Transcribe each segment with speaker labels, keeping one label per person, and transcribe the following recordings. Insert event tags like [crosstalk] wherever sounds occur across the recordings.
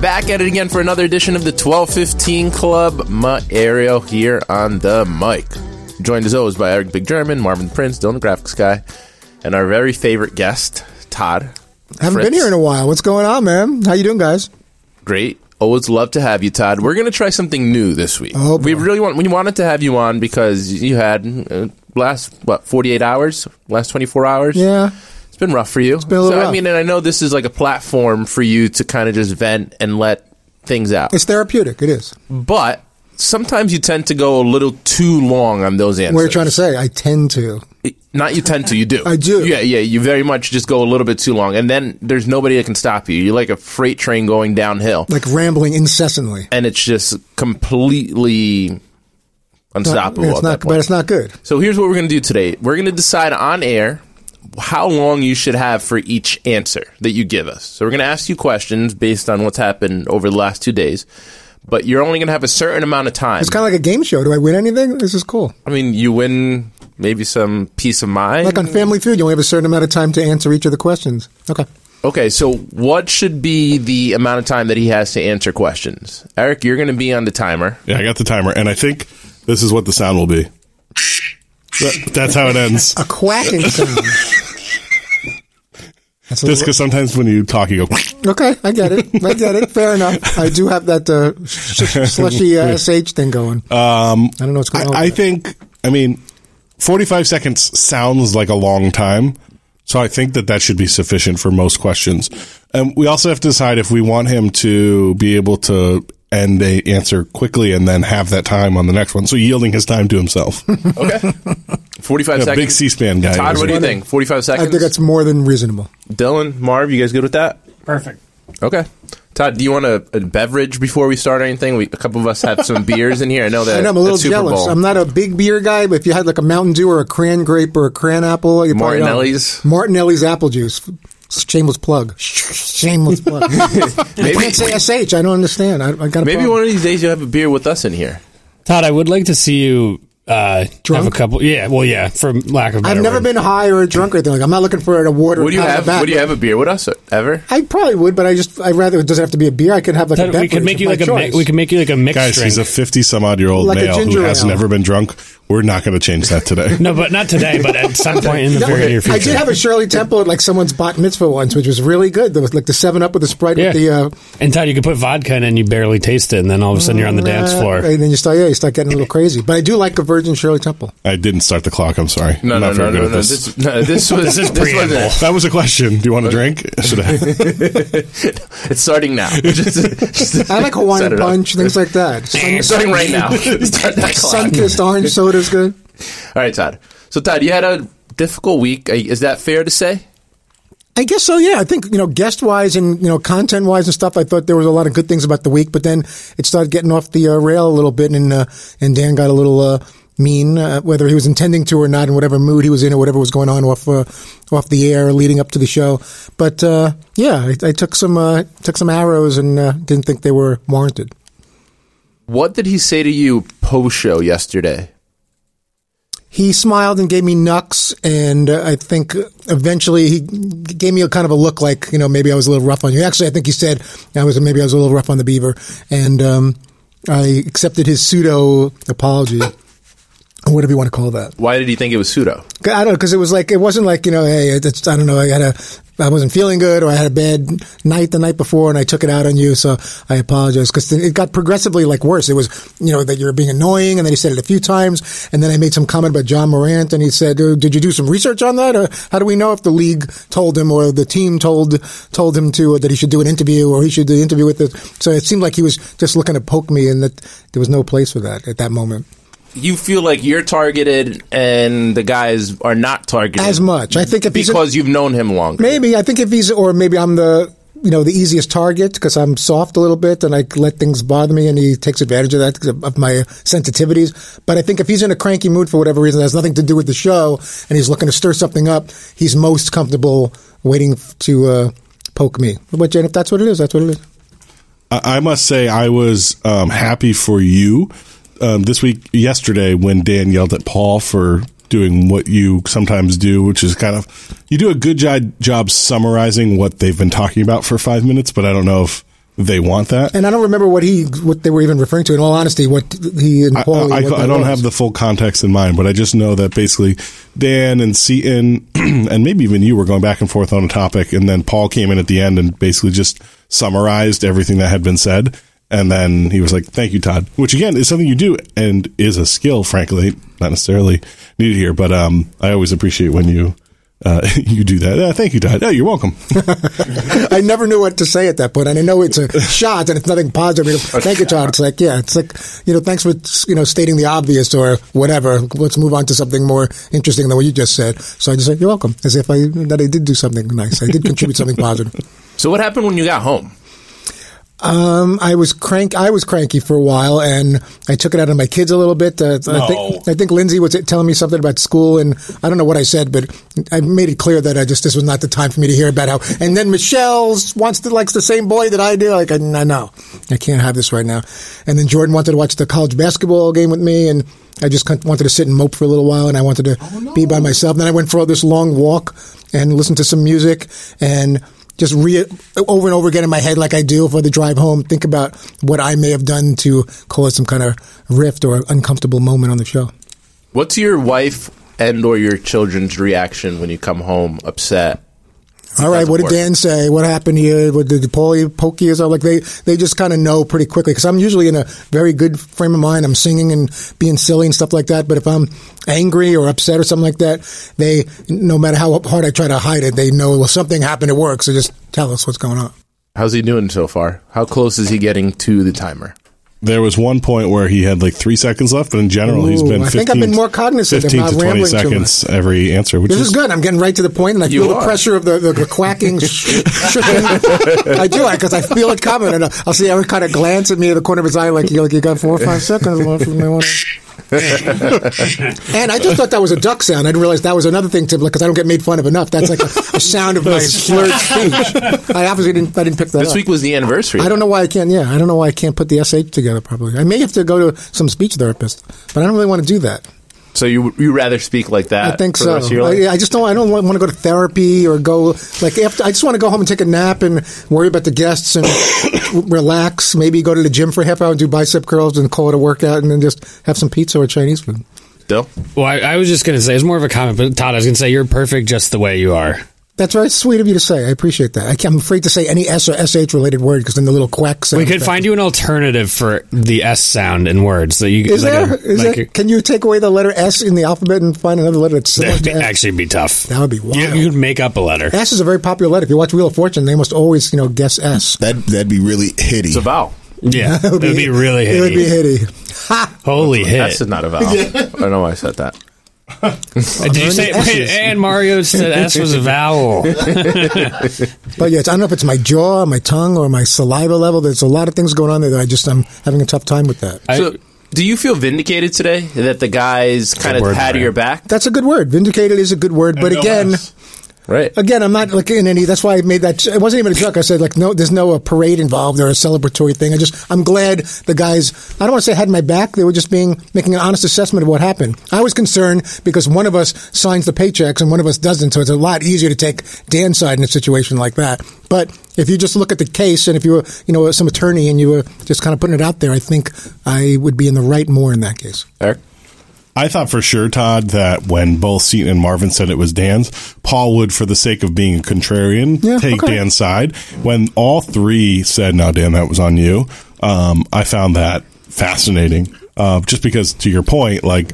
Speaker 1: Back at it again for another edition of the 1215 Club. Ma Ariel here on the mic. Joined as always by Eric Big German, Marvin Prince, Dylan the Graphics Guy, and our very favorite guest, Todd.
Speaker 2: Haven't
Speaker 1: Fritz.
Speaker 2: been here in a while. What's going on, man? How you doing, guys?
Speaker 1: Great. Always love to have you, Todd. We're going to try something new this week.
Speaker 2: Oh, boy.
Speaker 1: we really want, we wanted to have you on because you had uh, last, what, 48 hours? Last 24 hours?
Speaker 2: Yeah.
Speaker 1: It's been rough for you. It's
Speaker 2: been a little
Speaker 1: so, I
Speaker 2: rough.
Speaker 1: mean, and I know this is like a platform for you to kind of just vent and let things out.
Speaker 2: It's therapeutic. It is.
Speaker 1: but sometimes you tend to go a little too long on those answers.
Speaker 2: What are you trying to say? I tend to.
Speaker 1: Not you tend to, you do.
Speaker 2: [laughs] I do.
Speaker 1: Yeah, yeah. You very much just go a little bit too long, and then there's nobody that can stop you. You're like a freight train going downhill,
Speaker 2: Like rambling incessantly.
Speaker 1: and it's just completely unstoppable
Speaker 2: It's
Speaker 1: at
Speaker 2: not,
Speaker 1: that point.
Speaker 2: but it's not good.
Speaker 1: So here's what we're going to do today. We're going to decide on air how long you should have for each answer that you give us. So we're going to ask you questions based on what's happened over the last two days, but you're only going to have a certain amount of time.
Speaker 2: It's kind of like a game show. Do I win anything? This is cool.
Speaker 1: I mean, you win maybe some peace of mind.
Speaker 2: Like on Family Feud, you only have a certain amount of time to answer each of the questions. Okay.
Speaker 1: okay, so what should be the amount of time that he has to answer questions? Eric, you're going to be on the timer.
Speaker 3: Yeah, I got the timer, and I think this is what the sound will be. That- that's how it ends.
Speaker 2: A quacking sound. That's a
Speaker 3: Just
Speaker 2: little,
Speaker 3: because sometimes when you talk, you go.
Speaker 2: okay, I get it. I get it. Fair enough. I do have that uh, sh- sh- slushy uh, sh thing going. Um, I don't know what's going on.
Speaker 3: I, I
Speaker 2: with that.
Speaker 3: think. I mean, forty-five seconds sounds like a long time, so I think that that should be sufficient for most questions. And we also have to decide if we want him to be able to end a answer quickly and then have that time on the next one. So yielding his time to himself.
Speaker 1: Okay.
Speaker 2: [laughs]
Speaker 1: 45
Speaker 3: Yeah,
Speaker 1: seconds.
Speaker 3: big C-SPAN guy.
Speaker 1: Todd, what do you
Speaker 3: Running.
Speaker 1: think? 45
Speaker 2: I
Speaker 1: seconds?
Speaker 2: think that's more than reasonable.
Speaker 1: Dylan, Marv, you guys good with that?
Speaker 4: Perfect.
Speaker 1: Okay. Todd, do you want a, a beverage before we start or anything? We, a couple of us have some beers in here. I know that.
Speaker 2: [laughs] I know I'm a little
Speaker 1: that's Super
Speaker 2: jealous.
Speaker 1: Bowl.
Speaker 2: I'm not a big beer guy, but if you had like a Mountain Dew or a cran grape or a cran apple, you probably don't.
Speaker 1: Martinelli's?
Speaker 2: Martinelli's apple juice. Shameless plug. Shameless
Speaker 1: [laughs]
Speaker 2: plug. I
Speaker 1: Maybe-
Speaker 2: can't say sh. I don't understand. I, I got a
Speaker 1: Maybe
Speaker 2: problem.
Speaker 1: one of these days you'll have a beer with us in here.
Speaker 4: Todd, I would like to see you uh, have a
Speaker 2: Drunk?
Speaker 4: couple. Yeah, well, yeah, for lack of. a
Speaker 2: I've
Speaker 4: better
Speaker 2: never
Speaker 4: word.
Speaker 2: been high or drunk or anything. Like I'm not looking for an award or
Speaker 1: Would you
Speaker 2: a pat on
Speaker 1: have?
Speaker 2: the back.
Speaker 1: Would you have a beer with us uh, ever?
Speaker 2: I probably would, but I just I rather it doesn't have to be a beer. I could have like a
Speaker 4: Todd, we
Speaker 2: beverage
Speaker 4: could make
Speaker 2: of
Speaker 4: you
Speaker 2: my
Speaker 4: like a mi-
Speaker 2: choice.
Speaker 4: we could make you like a mixed
Speaker 3: Guys,
Speaker 4: drink.
Speaker 3: he's a fifty-some-odd-year-old
Speaker 2: Like a
Speaker 3: male who
Speaker 2: ginger
Speaker 3: has
Speaker 2: ale.
Speaker 3: never been drunk. We're not going to change that today.
Speaker 4: no, but not today. But at some point in the very near future,
Speaker 2: I did have a Shirley Temple at like someone's bat mitzvah once, which was really good. There was like the Seven Up with the Sprite
Speaker 4: Yeah.
Speaker 2: with the uh,
Speaker 4: and Todd, you could put vodka in, and you barely taste it, and then all of a sudden you're on the dance
Speaker 2: uh,
Speaker 4: floor.
Speaker 2: and then you start yeah, you start getting a little crazy. But I do like a Virgin Shirley Temple.
Speaker 3: I didn't start the clock. I'm sorry.
Speaker 1: No, no,
Speaker 3: I'm not
Speaker 1: no,
Speaker 3: very good
Speaker 1: no,
Speaker 3: at
Speaker 1: no.
Speaker 3: this.
Speaker 1: This, no, [laughs] this was
Speaker 4: This is
Speaker 1: wasn't-
Speaker 4: preamble.
Speaker 3: That was a question. Do you want a drink?
Speaker 1: [laughs]
Speaker 3: Should I?
Speaker 1: It's starting [laughs] now. Just- just-
Speaker 2: I like
Speaker 1: set
Speaker 2: Hawaiian
Speaker 1: it up.
Speaker 2: punch, things like that. Sun,
Speaker 1: It's [laughs] starting right now. [laughs] Start that clock.
Speaker 2: sun-kissed orange soda's good.
Speaker 1: All right, Todd. So, Todd, you had a difficult week. Uh, Is that fair to say?
Speaker 2: I guess so. Yeah, I think you know, guest wise and you know, content wise and stuff. I thought there was a lot of good things about the week, but then it started getting off the uh, rail a little bit, and uh, and Dan got a little uh, mean, uh, whether he was intending to or not, and whatever mood he was in or whatever was going on off uh, off the air leading up to the show. But uh, yeah, I, I took some uh, took some arrows and uh, didn't think they were warranted.
Speaker 1: What did he say to you post show yesterday?
Speaker 2: He smiled and gave me knucks, and uh, I think eventually he gave me a kind of a look like, you know, maybe I was a little rough on you. Actually, I think he said I was maybe I was a little rough on the beaver, and um, I accepted his pseudo apology, or whatever you want to call that.
Speaker 1: Why did he think it was pseudo?
Speaker 2: I don't know because it was like it wasn't like you know hey it's, I don't know I had a I wasn't feeling good or I had a bad night the night before and I took it out on you so I apologize because it got progressively like worse it was you know that you're being annoying and then he said it a few times and then I made some comment about John Morant and he said "Oh, did you do some research on that or how do we know if the league told him or the team told told him to or that he should do an interview or he should do an interview with the so it seemed like he was just looking to poke me and that there was no place for that at that moment.
Speaker 1: You feel like you're targeted and the guys are not targeted
Speaker 2: As much. I think if he's a-
Speaker 1: because you've known him longer.
Speaker 2: Maybe I think if he's, or maybe I'm the you know, the easiest target because I'm soft a little bit and I let things bother me, and he takes advantage of that 'cause of of my sensitivities. But I think if he's in a cranky mood for whatever reason that has nothing to do with the show and he's looking to stir something up, he's most comfortable waiting f- to uh, poke me. But Jen, if that's what it is, that's what it is.
Speaker 3: I I must say, I was um, happy for you um, this week, yesterday, when Dan yelled at Paul for doing what you sometimes do, which is kind of you do a good job, job summarizing what they've been talking about for five minutes, but I don't know if they want that.
Speaker 2: And I don't remember what he what they were even referring to. In all honesty, what he and
Speaker 3: I,
Speaker 2: Paul.
Speaker 3: I, I don't have the full context in mind, but I just know that basically Dan and Seaton [clears throat] and maybe even you were going back and forth on a topic, and then Paul came in at the end and basically just summarized everything that had been said. And then he was like, "Thank you, Todd," which again is something you do and is a skill, frankly, not necessarily needed here, but um, I always appreciate when you uh, [laughs] you do that. Yeah, thank you, Todd. Yeah, you're welcome. [laughs]
Speaker 2: I never knew what to say at that point. And I know it's a shot and it's nothing positive. You know, Thank you, Todd. It's like, yeah, it's like, you know, thanks for, you know, stating the obvious or whatever. Let's move on to something more interesting than what you just said. So I just said, you're welcome, as if I, that I did do something nice. I did contribute something positive.
Speaker 1: So what happened when you got home?
Speaker 2: Um, I was crank. I was cranky for a while, and I took it out on my kids a little bit. Uh, I think I think Lindsay was telling me something about school, and I don't know what I said, but I made it clear that I just this was not the time for me to hear about how. And then Michelle wants to likes the same boy that I do. Like I, I know I can't have this right now. And then Jordan wanted to watch the college basketball game with me, and I just con- wanted to sit and mope for a little while, and I wanted to be by myself. Then I went for this long walk and listened to some music and just re- over and over again in my head, like I do for the drive home, think about what I may have done to cause some kind of rift or uncomfortable moment on the show.
Speaker 1: What's your wife and or your children's reaction when you come home upset?
Speaker 2: All right,
Speaker 1: That's
Speaker 2: what did
Speaker 1: important.
Speaker 2: Dan say? What happened here? What did Paulie poke you? So, Like they, they just kind of know pretty quickly because I'm usually in a very good frame of mind. I'm singing and being silly and stuff like that. But if I'm angry or upset or something like that, they, no matter how hard I try to hide it, they know well something happened at work. So just tell us what's going on.
Speaker 1: How's he doing so far? How close is he getting to the timer?
Speaker 3: There was one point where he had like three seconds left, but in general, he's
Speaker 2: Ooh,
Speaker 3: been. 15,
Speaker 2: I think I've been more cognizant of
Speaker 3: Fifteen
Speaker 2: not
Speaker 3: to twenty
Speaker 2: rambling too
Speaker 3: seconds every answer, which
Speaker 2: This is good. I'm getting right to the point, and I
Speaker 1: You
Speaker 2: feel the
Speaker 1: are.
Speaker 2: pressure of the, the, the
Speaker 1: [laughs]
Speaker 2: quacking. sh- shooking. I do because I feel it coming, and uh, I'll see Eric kind of glance at me in the corner of his eye, like you like you got four or five seconds left. for me." and I just thought that was a duck sound. I didn't realize that was another thing, Tim, because I don't get made fun of enough. That's like a, a sound of my slurred speech. I obviously didn't. I didn't pick that
Speaker 1: This
Speaker 2: up.
Speaker 1: week was the anniversary.
Speaker 2: I don't know why I can't. Yeah, I don't know why I can't put the sh together properly. I may have to go to some speech therapist, but I don't really want to do that.
Speaker 1: So you you rather speak like that?
Speaker 2: I think
Speaker 1: for
Speaker 2: so.
Speaker 1: The rest of your life?
Speaker 2: I, I just don't. I don't want, want to go to therapy or go like. After, I just want to go home and take a nap and worry about the guests and [coughs] w- relax. Maybe go to the gym for a half hour and do bicep curls and call it a workout, and then just have some pizza or Chinese food.
Speaker 1: Dill?
Speaker 4: Well, I, I was just going to say, it's more of a comment, but Todd, I was going to say, you're perfect just the way you are.
Speaker 2: That's very sweet of you to say. I appreciate that. I can't, I'm afraid to say any s or sh related word because then the little quack.
Speaker 4: We could find you an alternative for the S sound in words. That you,
Speaker 2: Is
Speaker 4: like a-
Speaker 2: there? Is
Speaker 4: like
Speaker 2: there can you take away the letter s in the alphabet and find another letter that's
Speaker 4: a- [laughs]
Speaker 2: similar
Speaker 4: that'd
Speaker 2: to s?
Speaker 4: actually be tough.
Speaker 2: That would be wild.
Speaker 4: You, you could make up a letter.
Speaker 2: S is a very popular letter. If you watch Wheel of Fortune, they must always, you know, guess S.
Speaker 5: That that'd be really hitty.
Speaker 1: It's a vowel.
Speaker 4: Yeah, it would be, really
Speaker 2: It would
Speaker 4: hitty.
Speaker 2: be hitty. Ha!
Speaker 4: Holy
Speaker 1: That's
Speaker 4: hit!
Speaker 1: not a
Speaker 2: [laughs]
Speaker 1: vowel. I don't know why I said that.
Speaker 4: Did you say?
Speaker 2: S's.
Speaker 4: Wait, [laughs] and Mario said S was a vowel.
Speaker 2: But yeah, it's, I don't know if it's my jaw, my tongue, or my saliva level. There's a lot of things going on there that I just I'm having a tough time with that.
Speaker 4: I-
Speaker 1: so do you feel vindicated today that the guys kind of
Speaker 4: word,
Speaker 1: had
Speaker 4: man.
Speaker 1: your back?
Speaker 2: That's a good word. Vindicated is a good word, but again,
Speaker 1: Right.
Speaker 2: again, I'm not like in any. That's why I made that. It wasn't even a joke. I said like, no, there's no uh parade involved or a celebratory thing. I just I'm glad the guys. I don't want to say had my back. They were just being making an honest assessment of what happened. I was concerned because one of us signs the paychecks and one of us doesn't, so it's a lot easier to take Dan's side in a situation like that. But if you just look at the case and if you were you know some attorney and you were just kind of putting it out there, I think I would be in the right more in that case.
Speaker 1: Eric?
Speaker 3: I thought for sure, Todd, that when both Seaton and Marvin said it was Dan's, Paul would, for the sake of being a contrarian,
Speaker 2: Yeah,
Speaker 3: take
Speaker 2: okay.
Speaker 3: Dan's side. When all three said, "No, Dan, that was on you," um, I found that fascinating. Uh, just because, to your point, like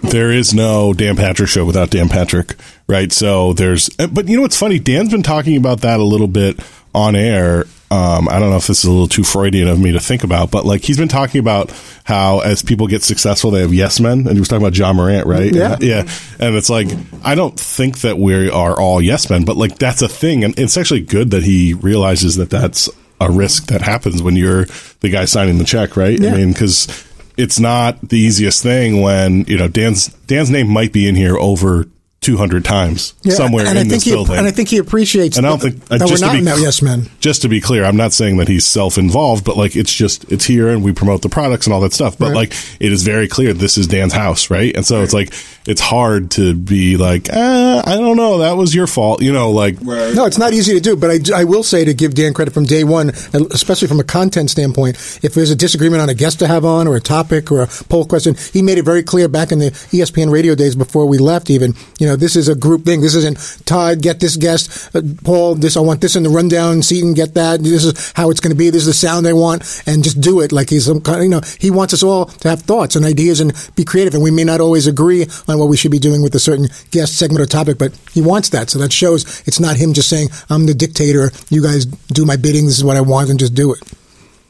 Speaker 3: there is no Dan Patrick show without Dan Patrick, uh, right? So there's, but you know what's funny? Dan's been talking about that a little bit on air um, I don't know if this is a little too Freudian of me to think about, but like he's been talking about how as people get successful, they have yes men, and he was talking about John Morant, right?
Speaker 2: Yeah.
Speaker 3: yeah. And it's like I don't think that we are all yes men, but like that's a thing, and it's actually good that he realizes that that's a risk that happens when you're the guy signing the check, right? I
Speaker 2: Yeah.
Speaker 3: mean, because it's not the easiest thing when you know Dan's Dan's name might be in here over 200 times
Speaker 2: Yeah,
Speaker 3: somewhere
Speaker 2: and
Speaker 3: in
Speaker 2: I
Speaker 3: this
Speaker 2: think he,
Speaker 3: building.
Speaker 2: And I think he appreciates
Speaker 3: And I don't
Speaker 2: that-
Speaker 3: think uh,
Speaker 2: that we're
Speaker 3: just
Speaker 2: not
Speaker 3: to be
Speaker 2: in that yes men.
Speaker 3: Just to be clear, I'm not saying that he's self-involved, but like it's just it's here and we promote the products and all that stuff. But
Speaker 2: Right.
Speaker 3: like it is very clear this is Dan's house, right? And so it's like it's hard to be like uh, I don't know that was your fault, you know, like
Speaker 2: No, it's not easy to do, but I, do- I will say to give Dan credit from day one, and especially from a content standpoint, if there's a disagreement on a guest to have on or a topic or a poll question, he made it very clear back in the E ESPN radio days before we left even, you know, this is a group thing. This isn't Todd, get this guest, uh, Paul, this, I want this in the rundown, Seaton, get that. This is how it's going to be. This is the sound I want and just do it like he's some kind you know, he wants us all to have thoughts and ideas and be creative. And we may not always agree on what we should be doing with a certain guest segment or topic, but he wants that. So that shows it's not him just saying, I'm the dictator. You guys do my bidding. This is what I want and just do it.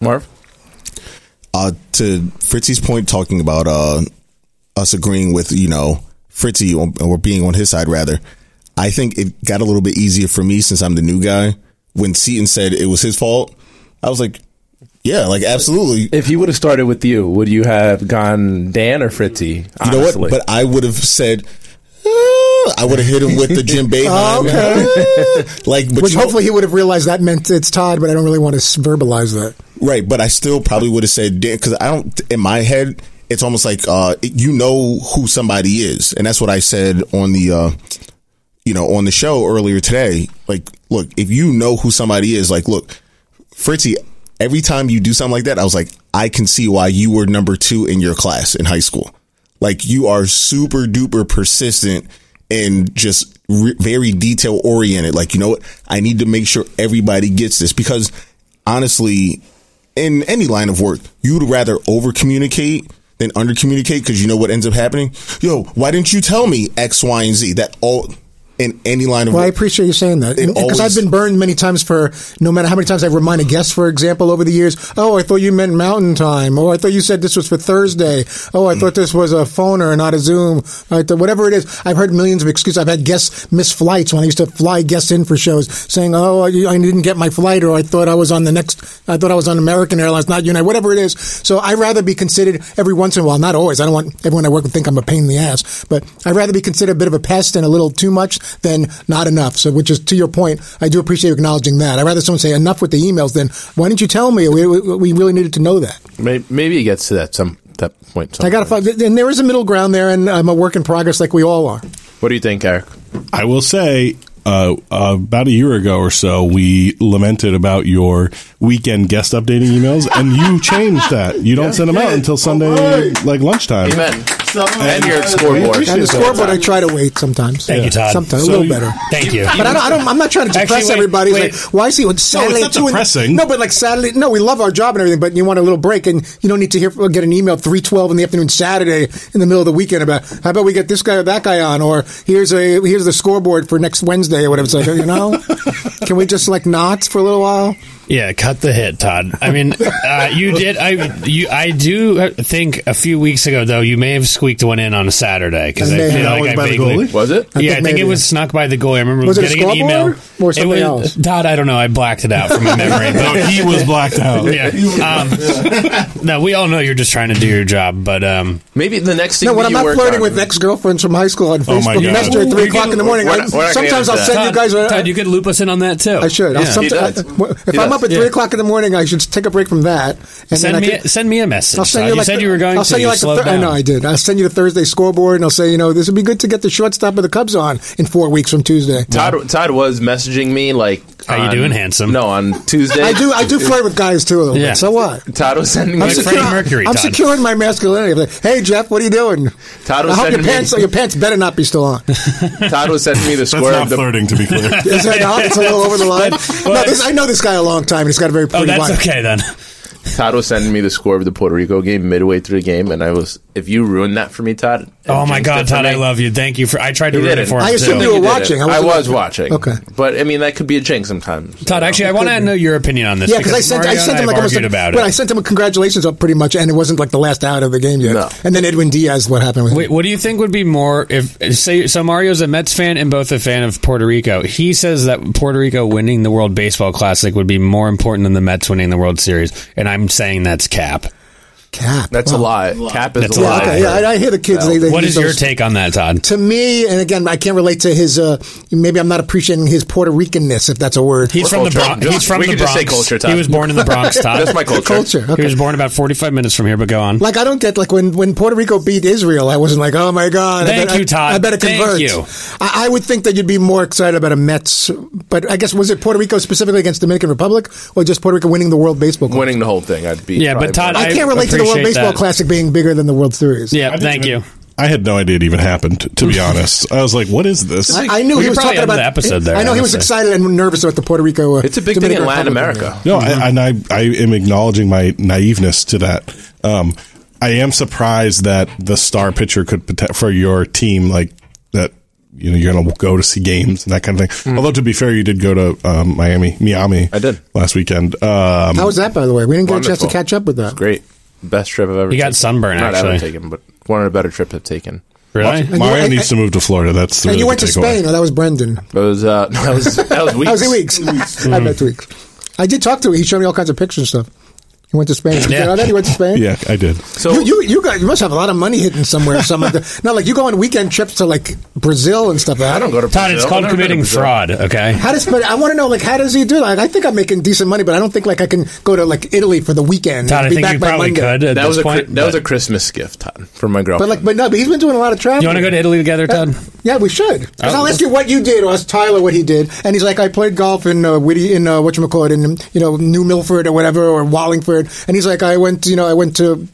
Speaker 1: Marv?
Speaker 5: uh, to Fritzy's point, talking about uh, us agreeing with you know Fritzy or, or being on his side rather, I think it got a little bit easier for me since I'm the new guy. When Seaton said it was his fault, I was like, yeah, like absolutely.
Speaker 1: If he would have started with you, would you have gone Dan or Fritzy?
Speaker 5: You know what? But I would have said. "Ah," I would have hit him with the Jim
Speaker 2: [laughs]
Speaker 5: Beheim. "Ah," [laughs] Like, but
Speaker 2: Which
Speaker 5: you know-
Speaker 2: hopefully he would have realized that meant it's Todd, but I don't really want to s- verbalize that.
Speaker 5: Right, but I still probably would have said because I don't. In my head, it's almost like uh, it- you know who somebody is, and that's what I said on the, uh, you know, on the show earlier today. Like, look, if you know who somebody is, like, look, Fritzy. Every time you do something like that, I was like, I can see why you were number two in your class in high school. Like, you are super duper persistent and just re- very detail oriented. Like, you know what? I need to make sure everybody gets this because honestly, in any line of work, you'd rather over communicate than under communicate because you know what ends up happening? Yo, why didn't you tell me X, Y, and Z? That all in any line of
Speaker 2: Well, I
Speaker 5: work.
Speaker 2: appreciate you saying that
Speaker 5: It
Speaker 2: because I've
Speaker 5: always-
Speaker 2: been burned many times for no matter how many times I've reminded guests, for example, over the years. Oh, I thought you meant Mountain Time. Oh, I thought you said this was for Thursday. Oh, I thought this was a phoner and not a Zoom. I thought, whatever it is, I've heard millions of excuses. I've had guests miss flights when I used to fly guests in for shows, saying, "Oh, I, I didn't get my flight," or "I thought I was on the next. I thought I was on American Airlines, not United." Whatever it is. So I would rather be considered every once in a while, not always. I don't want everyone I work with to think I'm a pain in the ass, but I'd rather be considered a bit of a pest and a little too much than not enough. So, which is to your point, I do appreciate you acknowledging that. I'd rather someone say enough with the emails than why didn't you tell me? We, we, we really needed to know that.
Speaker 1: Maybe, maybe it gets to that some that point.
Speaker 2: I got to find, and there is a middle ground there, and I'm a work in progress, like we all are.
Speaker 1: What do you think, Eric?
Speaker 3: I will say, uh, about a year ago or so, we lamented about your weekend guest updating emails, and
Speaker 2: [laughs]
Speaker 3: you changed that. You don't send them out
Speaker 2: Oh,
Speaker 3: until Sunday, like lunchtime.
Speaker 1: And your scoreboard.
Speaker 2: And uh, the scoreboard, I try to wait sometimes.
Speaker 4: Thank you, Todd.
Speaker 2: Sometimes a
Speaker 3: So
Speaker 2: little
Speaker 3: you-
Speaker 2: better.
Speaker 4: Thank you.
Speaker 2: But I don't, I don't, I'm not trying to depress
Speaker 4: Actually, wait,
Speaker 2: everybody. It's
Speaker 4: wait.
Speaker 2: like, why is he on Saturday?
Speaker 3: not
Speaker 2: at two in the-
Speaker 3: depressing.
Speaker 2: no, but like Saturday. No, we love our job and everything, but you want a little break, and you don't need to hear get an email three twelve in the afternoon Saturday in the middle of the weekend about how about we get this guy or that guy on, or here's a here's the scoreboard for next Wednesday or whatever. It's like you
Speaker 4: [laughs]
Speaker 2: know, can we just like not for a little while?
Speaker 4: Yeah, cut the hit, Todd. I mean, uh, you did. I you, I do think a few weeks ago though you may have squeaked one in on a Saturday because I
Speaker 2: I may
Speaker 4: feel
Speaker 2: have.
Speaker 4: like
Speaker 3: Was
Speaker 4: I
Speaker 3: by the
Speaker 4: vaguely.
Speaker 3: goalie?
Speaker 1: Was it?
Speaker 2: I
Speaker 4: yeah, I
Speaker 2: think
Speaker 4: think it
Speaker 2: maybe.
Speaker 4: was snuck by the goalie. I remember
Speaker 2: Was it a
Speaker 4: getting an email
Speaker 2: scoreboard or something
Speaker 4: it
Speaker 2: else?
Speaker 4: Todd, I don't know. I blacked it out from my memory.
Speaker 2: [laughs]
Speaker 3: No,
Speaker 4: But
Speaker 3: he was blacked out.
Speaker 4: yeah, um, no, we all know you're just trying to do your job, but um,
Speaker 1: Maybe the next thing
Speaker 2: No, when
Speaker 1: that
Speaker 2: I'm
Speaker 1: you
Speaker 2: not
Speaker 1: work
Speaker 2: flirting
Speaker 1: on-
Speaker 2: with ex girlfriends from high school on
Speaker 3: Oh, my
Speaker 2: Facebook
Speaker 3: God.
Speaker 2: Messenger at
Speaker 4: Ooh,
Speaker 2: three
Speaker 4: we
Speaker 2: o'clock
Speaker 4: can-
Speaker 2: in the morning.
Speaker 1: we're
Speaker 2: I-
Speaker 1: not- we're not gonna
Speaker 2: sometimes
Speaker 1: get
Speaker 2: I'll
Speaker 1: into
Speaker 2: send
Speaker 1: that.
Speaker 2: you guys. a-
Speaker 4: Todd, you could loop us in on that too.
Speaker 2: I should. I'll
Speaker 4: Yeah.
Speaker 2: somet-
Speaker 1: does.
Speaker 2: I- if
Speaker 1: He
Speaker 2: I'm
Speaker 1: does.
Speaker 2: up at
Speaker 4: Yeah.
Speaker 2: three o'clock in the morning, I should take a break from that. And
Speaker 4: Send
Speaker 2: I
Speaker 4: me,
Speaker 2: could-
Speaker 4: send me a message.
Speaker 2: I'll send
Speaker 4: Todd.
Speaker 2: you,
Speaker 4: you
Speaker 2: like
Speaker 4: said
Speaker 2: the-
Speaker 4: you were going
Speaker 2: I'll
Speaker 4: to.
Speaker 2: send you like the
Speaker 4: slowed
Speaker 2: thir- I
Speaker 4: down.
Speaker 2: know I did. I'll send you the Thursday scoreboard, and I'll say, you know, this would be good to get the shortstop of the Cubs on in four weeks from Tuesday.
Speaker 1: Todd, Todd was messaging me like,
Speaker 4: How you
Speaker 1: on-
Speaker 4: doing, handsome?
Speaker 1: No, on Tuesday.
Speaker 2: [laughs] I do.
Speaker 4: [laughs]
Speaker 2: I do flirt with guys too a little
Speaker 4: Yeah.
Speaker 2: bit. So what?
Speaker 1: Todd was sending me.
Speaker 4: I'm
Speaker 2: secure-
Speaker 4: Freddie Mercury,
Speaker 2: I'm
Speaker 4: Todd.
Speaker 2: securing my masculinity. I'm like, hey Jeff, what are you doing?
Speaker 1: Todd was
Speaker 2: I hope your
Speaker 1: sending me-
Speaker 2: pants. Your pants better not be still on.
Speaker 1: [laughs]
Speaker 4: [laughs]
Speaker 1: Todd was sending me the
Speaker 3: That's
Speaker 1: score
Speaker 3: not
Speaker 1: of the
Speaker 3: flirting, to be clear.
Speaker 4: [laughs]
Speaker 2: Is that not? It's a little over the line. no, this, I know this guy a long time. and He's got a very pretty
Speaker 4: Oh, that's
Speaker 2: wife.
Speaker 4: okay then.
Speaker 1: Todd was sending me the score of the Puerto Rico game midway through the game, and I was, if you ruined that for me, Todd. and
Speaker 4: Oh my
Speaker 1: jinxed it
Speaker 4: God,
Speaker 1: for
Speaker 4: Todd, I
Speaker 1: me-
Speaker 4: love you. Thank you for. I tried to
Speaker 1: You
Speaker 4: read
Speaker 1: did
Speaker 4: it
Speaker 1: it.
Speaker 4: for him.
Speaker 2: I assumed
Speaker 4: too.
Speaker 2: you were
Speaker 1: did it.
Speaker 2: watching. I
Speaker 1: I,
Speaker 2: wasn't
Speaker 1: was
Speaker 2: watching.
Speaker 1: watching.
Speaker 2: Okay.
Speaker 1: but I mean that could be a jinx sometimes.
Speaker 4: Todd, actually, I want to know your opinion on this.
Speaker 2: Yeah, because I sent
Speaker 4: Mario
Speaker 2: I sent
Speaker 4: and
Speaker 2: him like
Speaker 4: have
Speaker 2: almost
Speaker 4: argued
Speaker 2: a,
Speaker 4: about
Speaker 2: but I
Speaker 4: it.
Speaker 2: sent him a congratulations up pretty much, and it wasn't like the last out of the game yet.
Speaker 1: No.
Speaker 2: And then Edwin Diaz, what happened with
Speaker 4: Wait,
Speaker 2: him?
Speaker 4: what do you think would be more if say so Mario's a Mets fan and both a fan of Puerto Rico. He says that Puerto Rico winning the World Baseball Classic would be more important than the Mets winning the World Series, and I'm saying that's cap.
Speaker 2: Cap?
Speaker 1: That's a
Speaker 2: Wow.
Speaker 1: lie. Cap is
Speaker 4: That's
Speaker 1: a
Speaker 4: a
Speaker 1: lie.
Speaker 2: Yeah, okay, yeah, I, I hear the kids. They, they
Speaker 4: What
Speaker 2: use
Speaker 4: is your
Speaker 2: those-
Speaker 4: take on that, Todd?
Speaker 2: To me, and again, I can't relate to his. Uh, maybe I'm not appreciating his Puerto Ricanness, if that's a word.
Speaker 4: He's from the
Speaker 1: culture.
Speaker 4: Bronx. He's
Speaker 1: Just-
Speaker 4: from
Speaker 1: we
Speaker 4: the
Speaker 1: could
Speaker 4: Bronx.
Speaker 1: just say culture, Todd.
Speaker 4: He was born in the
Speaker 1: [laughs]
Speaker 4: Bronx, Todd.
Speaker 1: That's my culture.
Speaker 2: culture.
Speaker 4: He
Speaker 2: Okay.
Speaker 4: was born about 45 minutes from here, but go on.
Speaker 2: Like I don't get like when when Puerto Rico beat Israel, I wasn't like, oh my god,
Speaker 4: Thank
Speaker 2: I bet-
Speaker 4: you, Todd.
Speaker 2: I, I better
Speaker 4: Thank
Speaker 2: convert.
Speaker 4: you.
Speaker 2: I, I would think that you'd be more excited about a Mets, but I guess was it Puerto Rico specifically against Dominican Republic, or just Puerto Rico winning the World Baseball? Classic?
Speaker 1: Winning the whole thing, I'd be.
Speaker 4: Yeah,
Speaker 1: probably-
Speaker 4: but Todd,
Speaker 2: I can't relate to the World
Speaker 4: appreciate
Speaker 2: Baseball
Speaker 4: that.
Speaker 2: Classic being bigger than the World Series.
Speaker 4: Yeah, thank you.
Speaker 3: I had no idea it even happened, to be honest. I was like, what is this?
Speaker 2: I, I knew
Speaker 4: We
Speaker 2: he
Speaker 4: could
Speaker 2: was
Speaker 4: probably
Speaker 2: talking
Speaker 4: end
Speaker 2: about
Speaker 4: the episode there,
Speaker 2: I know he was
Speaker 4: honestly.
Speaker 2: excited and nervous about the Puerto Rico. Uh,
Speaker 1: it's a big thing
Speaker 2: Dominican
Speaker 1: in Latin
Speaker 2: Republic.
Speaker 1: America.
Speaker 3: No, I, and I, I am acknowledging my naiveness to that. Um, I am surprised that the star pitcher could protect for your team like that. You know, you're going to go to see games and that kind of thing. Although, to be fair, you did go to um, Miami, Miami.
Speaker 1: Hmm. I did.
Speaker 3: last weekend. Um,
Speaker 2: How was that, by the way? We didn't get a chance
Speaker 1: Wonderful.
Speaker 2: to catch up with that.
Speaker 1: great, best trip I've ever.
Speaker 4: You got
Speaker 1: taken.
Speaker 4: sunburn,
Speaker 1: Not
Speaker 4: actually.
Speaker 1: ever taken, but one of the better trips I've taken.
Speaker 4: Really?
Speaker 2: you
Speaker 3: Mario
Speaker 2: went-
Speaker 3: needs to move to Florida. That's the
Speaker 2: And
Speaker 3: really
Speaker 2: you went to
Speaker 3: the takeaway.
Speaker 2: Spain. Oh, that was Brendan.
Speaker 1: That was uh, [laughs] no, that was that was weeks.
Speaker 2: That was eight weeks. [laughs] I met two weeks. I did talk to him. He showed me all kinds of pictures and stuff. He went to Spain. Did
Speaker 4: Yeah.
Speaker 2: You know that he went to Spain.
Speaker 3: Yeah, I did.
Speaker 1: So
Speaker 2: you, you you got you must have a lot of money hidden somewhere. Some of the, not like you go on weekend trips to like Brazil and stuff.
Speaker 1: I don't [laughs] go to.
Speaker 4: Todd,
Speaker 1: Brazil.
Speaker 4: it's
Speaker 1: I've
Speaker 4: called
Speaker 1: never been to
Speaker 4: committing
Speaker 1: Brazil.
Speaker 4: fraud, okay?
Speaker 2: How does but I want to know like how does he do that? Like, I think I'm making decent money, but I don't think like I can go to like Italy for the weekend.
Speaker 4: Todd, I
Speaker 2: and be
Speaker 4: think
Speaker 2: back
Speaker 4: you
Speaker 2: by
Speaker 4: probably
Speaker 2: Monday.
Speaker 4: could at
Speaker 1: That
Speaker 4: this
Speaker 1: was a
Speaker 4: point.
Speaker 1: cri- that was a
Speaker 4: but-
Speaker 1: Christmas gift, Todd, from my girlfriend.
Speaker 2: But like, but no, but he's been doing a lot of travel.
Speaker 4: you want to go to Italy together, Todd?
Speaker 2: Yeah, we should. 'Cause I'll ask you what you did, or ask Tyler what he did, and he's like, I played golf in uh, Whitty, in uh, what you in you know New Milford or whatever, or Wallingford, and he's like, I went, you know, I went to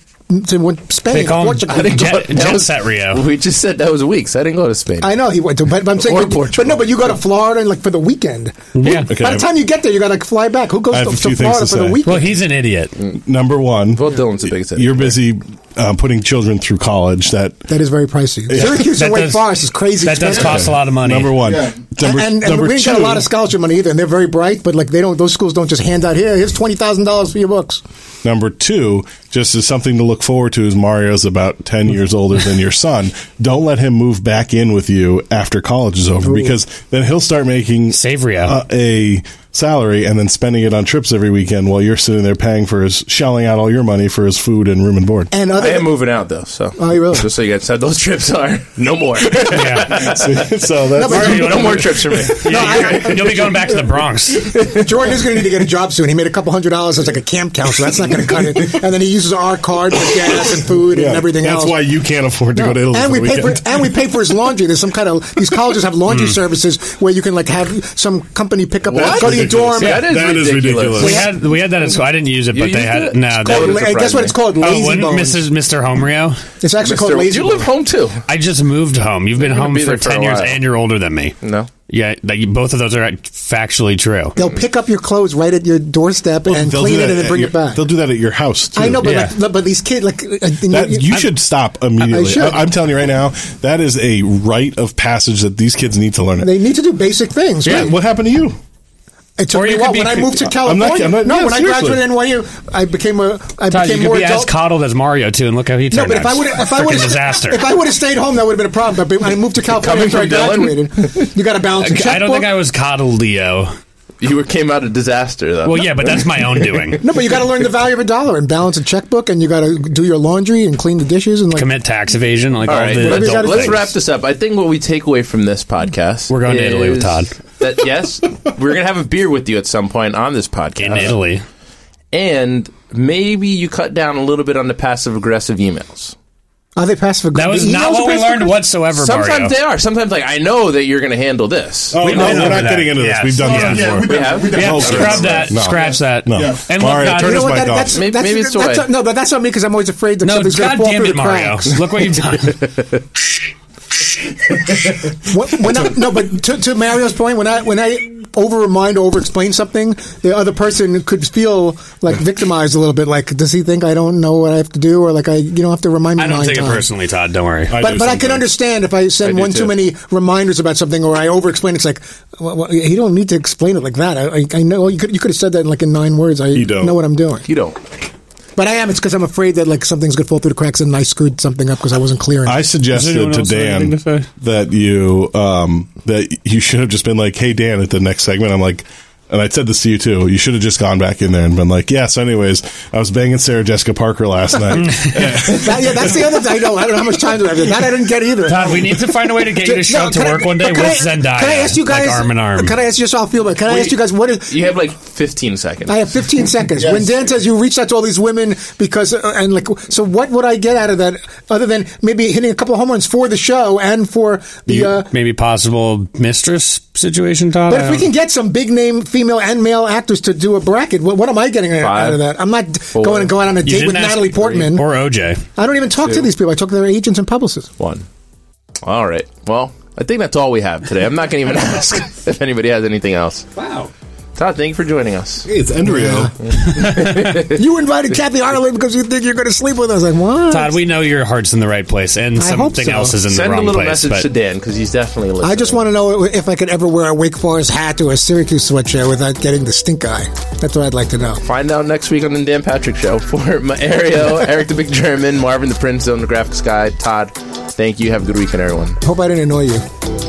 Speaker 2: to went Spain,
Speaker 4: They call him
Speaker 2: Portugal.
Speaker 4: I didn't
Speaker 1: Go-
Speaker 4: Jet-
Speaker 1: that
Speaker 4: Jet
Speaker 1: was-
Speaker 4: Set Rio.
Speaker 1: We just said that was weeks. I didn't go to Spain.
Speaker 2: I know he went to, but, but I'm saying,
Speaker 1: Or
Speaker 2: but,
Speaker 1: Portugal.
Speaker 2: but no, but you go to Florida and like for the weekend.
Speaker 4: Yeah.
Speaker 3: Okay.
Speaker 2: By the time you get there, you got to fly back. Who goes
Speaker 3: I
Speaker 2: to,
Speaker 3: have a few
Speaker 2: to
Speaker 3: things
Speaker 2: Florida
Speaker 3: to
Speaker 2: for the
Speaker 3: say.
Speaker 2: weekend?
Speaker 4: Well, he's
Speaker 1: [laughs]
Speaker 4: an idiot.
Speaker 3: Number one,
Speaker 1: Well, Dylan's the biggest idiot.
Speaker 3: You're busy um, putting children through college. That
Speaker 2: that is very pricey. Syracuse and
Speaker 4: That
Speaker 2: Wake
Speaker 4: does-
Speaker 2: Forest is crazy.
Speaker 4: That does
Speaker 2: expensive.
Speaker 4: cost a lot of money.
Speaker 3: number one. Number,
Speaker 2: and, and
Speaker 3: number
Speaker 2: we didn't get a
Speaker 3: two-
Speaker 2: lot of scholarship money either, and they're very bright, but like they don't. Those schools don't just hand out here. Here's twenty thousand dollars for your books.
Speaker 3: Number two, just as something to look forward to, is Mario's about 10 years older than your son. Don't let him move back in with you after college is over because then he'll start making
Speaker 4: Save Rio.
Speaker 3: uh, a salary and then spending it on trips every weekend while you're sitting there paying for his, shelling out all your money for his food and room and board. [laughs]
Speaker 2: And
Speaker 1: I
Speaker 2: other
Speaker 1: am moving out though, so
Speaker 2: Oh, you really?
Speaker 1: just so you guys said those trips are no [laughs] more,
Speaker 4: Yeah.
Speaker 3: so,
Speaker 2: [laughs]
Speaker 3: so that's.
Speaker 2: but-
Speaker 4: Mario,
Speaker 1: no more trips
Speaker 2: [laughs]
Speaker 1: for me.
Speaker 4: Yeah, you're- you'll be going back to the Bronx.
Speaker 2: Jordan is going to need to get a job soon. He made a couple hundred dollars as like a camp counselor. That's not going to cut it. And then he uses our card for gas and food
Speaker 3: yeah,
Speaker 2: and everything
Speaker 3: that's
Speaker 2: else.
Speaker 3: why you can't afford to go to Italy.
Speaker 2: and
Speaker 3: for
Speaker 2: we
Speaker 3: the
Speaker 2: pay for
Speaker 3: weekend. Mm.
Speaker 2: and we pay for his laundry. There's some kind of these colleges have laundry services where you can like have some company pick up.
Speaker 1: What?
Speaker 2: Go to your dorm.
Speaker 1: Yeah, that is
Speaker 3: That is
Speaker 1: ridiculous.
Speaker 3: ridiculous.
Speaker 4: We had we had that at school. I didn't use it,
Speaker 1: You
Speaker 4: but they
Speaker 1: used
Speaker 4: had
Speaker 1: it?
Speaker 4: no.
Speaker 1: That
Speaker 2: Called,
Speaker 1: would've
Speaker 4: They,
Speaker 2: la- guess what it's called?
Speaker 4: oh,
Speaker 2: Lazy
Speaker 4: wouldn't
Speaker 2: bones.
Speaker 4: Mrs. Mr. Home Rio?
Speaker 2: It's actually called
Speaker 1: Mister-
Speaker 2: lazy
Speaker 1: you live
Speaker 2: bones.
Speaker 1: home too.
Speaker 4: I just moved home. You've been
Speaker 1: gonna
Speaker 4: home
Speaker 1: be
Speaker 4: for
Speaker 1: there for a
Speaker 4: ten years,
Speaker 1: while.
Speaker 4: and you're older than me.
Speaker 1: No.
Speaker 4: Yeah, that you, both of those are factually true.
Speaker 2: They'll pick up your clothes right at your doorstep and
Speaker 3: They'll
Speaker 2: clean
Speaker 3: do
Speaker 2: it
Speaker 3: that
Speaker 2: and then
Speaker 3: at
Speaker 2: bring
Speaker 3: your-
Speaker 2: it back.
Speaker 3: They'll do that at your house. Too.
Speaker 2: I know, but
Speaker 4: Yeah.
Speaker 2: like, but these kids like uh, you,
Speaker 3: That, you
Speaker 2: I-
Speaker 3: should stop immediately. I,
Speaker 2: I should.
Speaker 3: I, am telling you right now, that is a rite of passage that these kids need to learn. It.
Speaker 2: They need to do basic things.
Speaker 3: Yeah,
Speaker 2: right?
Speaker 3: what happened to you?
Speaker 2: It took
Speaker 4: Or
Speaker 2: me
Speaker 4: you
Speaker 2: a
Speaker 4: could
Speaker 2: while.
Speaker 4: be-
Speaker 2: When I moved to
Speaker 3: I'm not-
Speaker 2: California,
Speaker 3: I'm not-
Speaker 2: no,
Speaker 3: yeah,
Speaker 2: when I
Speaker 3: seriously.
Speaker 2: graduated NYU, I became a I
Speaker 4: Todd, you
Speaker 2: became
Speaker 4: could
Speaker 2: more
Speaker 4: be as
Speaker 2: adult.
Speaker 4: coddled as Mario too, and look how he
Speaker 2: no,
Speaker 4: turned
Speaker 2: but if
Speaker 4: out.
Speaker 2: I would if I would
Speaker 4: Frickin' disaster.
Speaker 2: if I would have stayed home, that would have been a problem. But when I moved to California after I
Speaker 1: Coming from Dylan?
Speaker 2: graduated, you got to balance. a
Speaker 4: I don't
Speaker 2: checkbook.
Speaker 4: think I was coddled, Leo.
Speaker 1: You were came out a disaster though.
Speaker 4: Well, yeah, but that's
Speaker 2: [laughs]
Speaker 4: my own doing.
Speaker 2: No, but you got to learn the value of a dollar and balance a checkbook, and you got to do your laundry and clean the dishes and like.
Speaker 4: Commit tax evasion, like all,
Speaker 1: All right,
Speaker 4: the
Speaker 1: let's,
Speaker 2: Maybe
Speaker 4: adult
Speaker 2: gotta-
Speaker 1: let's
Speaker 4: things.
Speaker 1: wrap this up. I think what we take away from this podcast,
Speaker 4: We're going to Italy with
Speaker 1: is
Speaker 4: Todd.
Speaker 1: That yes, we're gonna have a beer with you at some point on this podcast
Speaker 4: in Italy.
Speaker 1: and maybe you cut down a little bit on the passive aggressive emails.
Speaker 2: Are they passive
Speaker 4: That
Speaker 2: aggressive?
Speaker 4: was
Speaker 2: You know
Speaker 4: not what we
Speaker 2: passive
Speaker 4: learned
Speaker 2: aggressive-
Speaker 4: whatsoever, Mario.
Speaker 1: Sometimes they are. Sometimes like I know that you're gonna handle this.
Speaker 3: Oh,
Speaker 4: We've
Speaker 3: no,
Speaker 4: been
Speaker 3: we're
Speaker 4: over
Speaker 3: not
Speaker 4: that.
Speaker 3: getting into this.
Speaker 4: Yeah.
Speaker 3: We've done
Speaker 4: Yeah.
Speaker 3: this
Speaker 4: Yeah,
Speaker 3: before.
Speaker 1: we have.
Speaker 4: Yeah,
Speaker 3: No,
Speaker 4: scrub
Speaker 3: no,
Speaker 4: that,
Speaker 3: no.
Speaker 4: scratch that.
Speaker 3: No.
Speaker 4: And look,
Speaker 3: Mario,
Speaker 4: Todd,
Speaker 3: turn
Speaker 2: You know
Speaker 3: Where's
Speaker 2: what?
Speaker 3: my
Speaker 2: That,
Speaker 3: dog?
Speaker 2: that's,
Speaker 1: May-
Speaker 2: that's,
Speaker 1: maybe it's the
Speaker 2: that's
Speaker 1: way.
Speaker 2: no, but that's on me because I'm always afraid that
Speaker 4: no,
Speaker 2: something's going
Speaker 4: God
Speaker 2: to fall
Speaker 4: damn
Speaker 2: through the
Speaker 4: it, Mario!
Speaker 2: cracks. Oh
Speaker 4: Look what you've done.
Speaker 2: [laughs] When- when I- no, but to, to Mario's point, when I when I over remind or over explain something, the other person could feel like victimized a little bit. Like, does he think I don't know what I have to do, or like I you don't have to remind me?
Speaker 4: I don't
Speaker 2: nine
Speaker 4: take it
Speaker 2: times.
Speaker 4: personally, Todd. Don't worry.
Speaker 3: I
Speaker 2: But,
Speaker 3: do
Speaker 2: but I can
Speaker 3: sometimes.
Speaker 2: understand if I send
Speaker 1: do
Speaker 2: one
Speaker 1: too.
Speaker 2: too many reminders about something or I over explain. It's like well, well, you don't need to explain it like that. I, I, I know you could you could have said that in like in nine words. I
Speaker 3: don't.
Speaker 2: know what I'm doing.
Speaker 1: You don't.
Speaker 2: But I am. It's because I'm afraid that like something's gonna fall through the cracks and I screwed something up because I wasn't clear. enough.
Speaker 3: I
Speaker 4: Does anyone
Speaker 3: suggested to
Speaker 4: else have
Speaker 3: Dan
Speaker 4: anything to say?
Speaker 3: that you um, that you should have just been like, "Hey, Dan," at the next segment. I'm like, and I said this to you too. You should have just gone back in there and been like, "Yeah." So, anyways, I was banging Sarah Jessica Parker last [laughs] night.
Speaker 2: That- yeah, that's the other thing. I know. I don't know how much time do I have. That I didn't get either.
Speaker 4: Todd, we need to find a way
Speaker 2: [laughs]
Speaker 4: to get you to show
Speaker 2: No,
Speaker 4: up to
Speaker 2: can I-
Speaker 4: work one day
Speaker 2: but
Speaker 4: with
Speaker 2: can I-
Speaker 4: Zendaya,
Speaker 2: Can I ask you guys?
Speaker 4: like arm in arm.
Speaker 2: Can I ask you just how I feel about? it? Can I ask you guys what is?
Speaker 1: You have like 15 seconds.
Speaker 2: I have 15 seconds. When Dan says you reached out to all these women because, uh, and like, so what would I get out of that other than maybe hitting a couple of home runs for the show and for the.
Speaker 4: You-
Speaker 2: uh,
Speaker 4: maybe possible mistress situation, Todd.
Speaker 2: but
Speaker 4: I
Speaker 2: if we
Speaker 4: don't-
Speaker 2: can get some big name female and male actors to do a bracket, what, what am I getting out-
Speaker 1: Five,
Speaker 2: out of that? I'm not going and going out on a
Speaker 4: You
Speaker 2: date with
Speaker 4: didn't ask-
Speaker 2: Natalie Portman.
Speaker 4: or OJ,
Speaker 2: I don't even talk to these people. I talk to their agents and publicists.
Speaker 1: One. All right. Well, I think that's all we have today. I'm not going to even [laughs] ask if anybody has anything else.
Speaker 6: Wow.
Speaker 1: Todd, thank you for joining us.
Speaker 6: Hey, it's Endrio.
Speaker 2: [laughs] you invited Kathy Ireland because you think you're going to sleep with us. Like what?
Speaker 4: Todd, we know your heart's in the right place, and
Speaker 2: I hope
Speaker 4: something
Speaker 2: so.
Speaker 4: else is in
Speaker 1: Send
Speaker 4: the
Speaker 1: a
Speaker 4: wrong
Speaker 1: little
Speaker 4: place.
Speaker 1: message
Speaker 4: But
Speaker 1: to Dan because he's definitely listening.
Speaker 2: I just want to know if I could ever wear a Wake Forest hat to a Syracuse sweatshirt without getting the stink eye. That's what I'd like to know.
Speaker 1: Find out next week on the Dan Patrick Show for [laughs] Mario, Eric the Big German, Marvin the Prince, Zone the Graphics Guy, Todd. Thank you. Have a good weekend, everyone.
Speaker 2: Hope I didn't annoy you.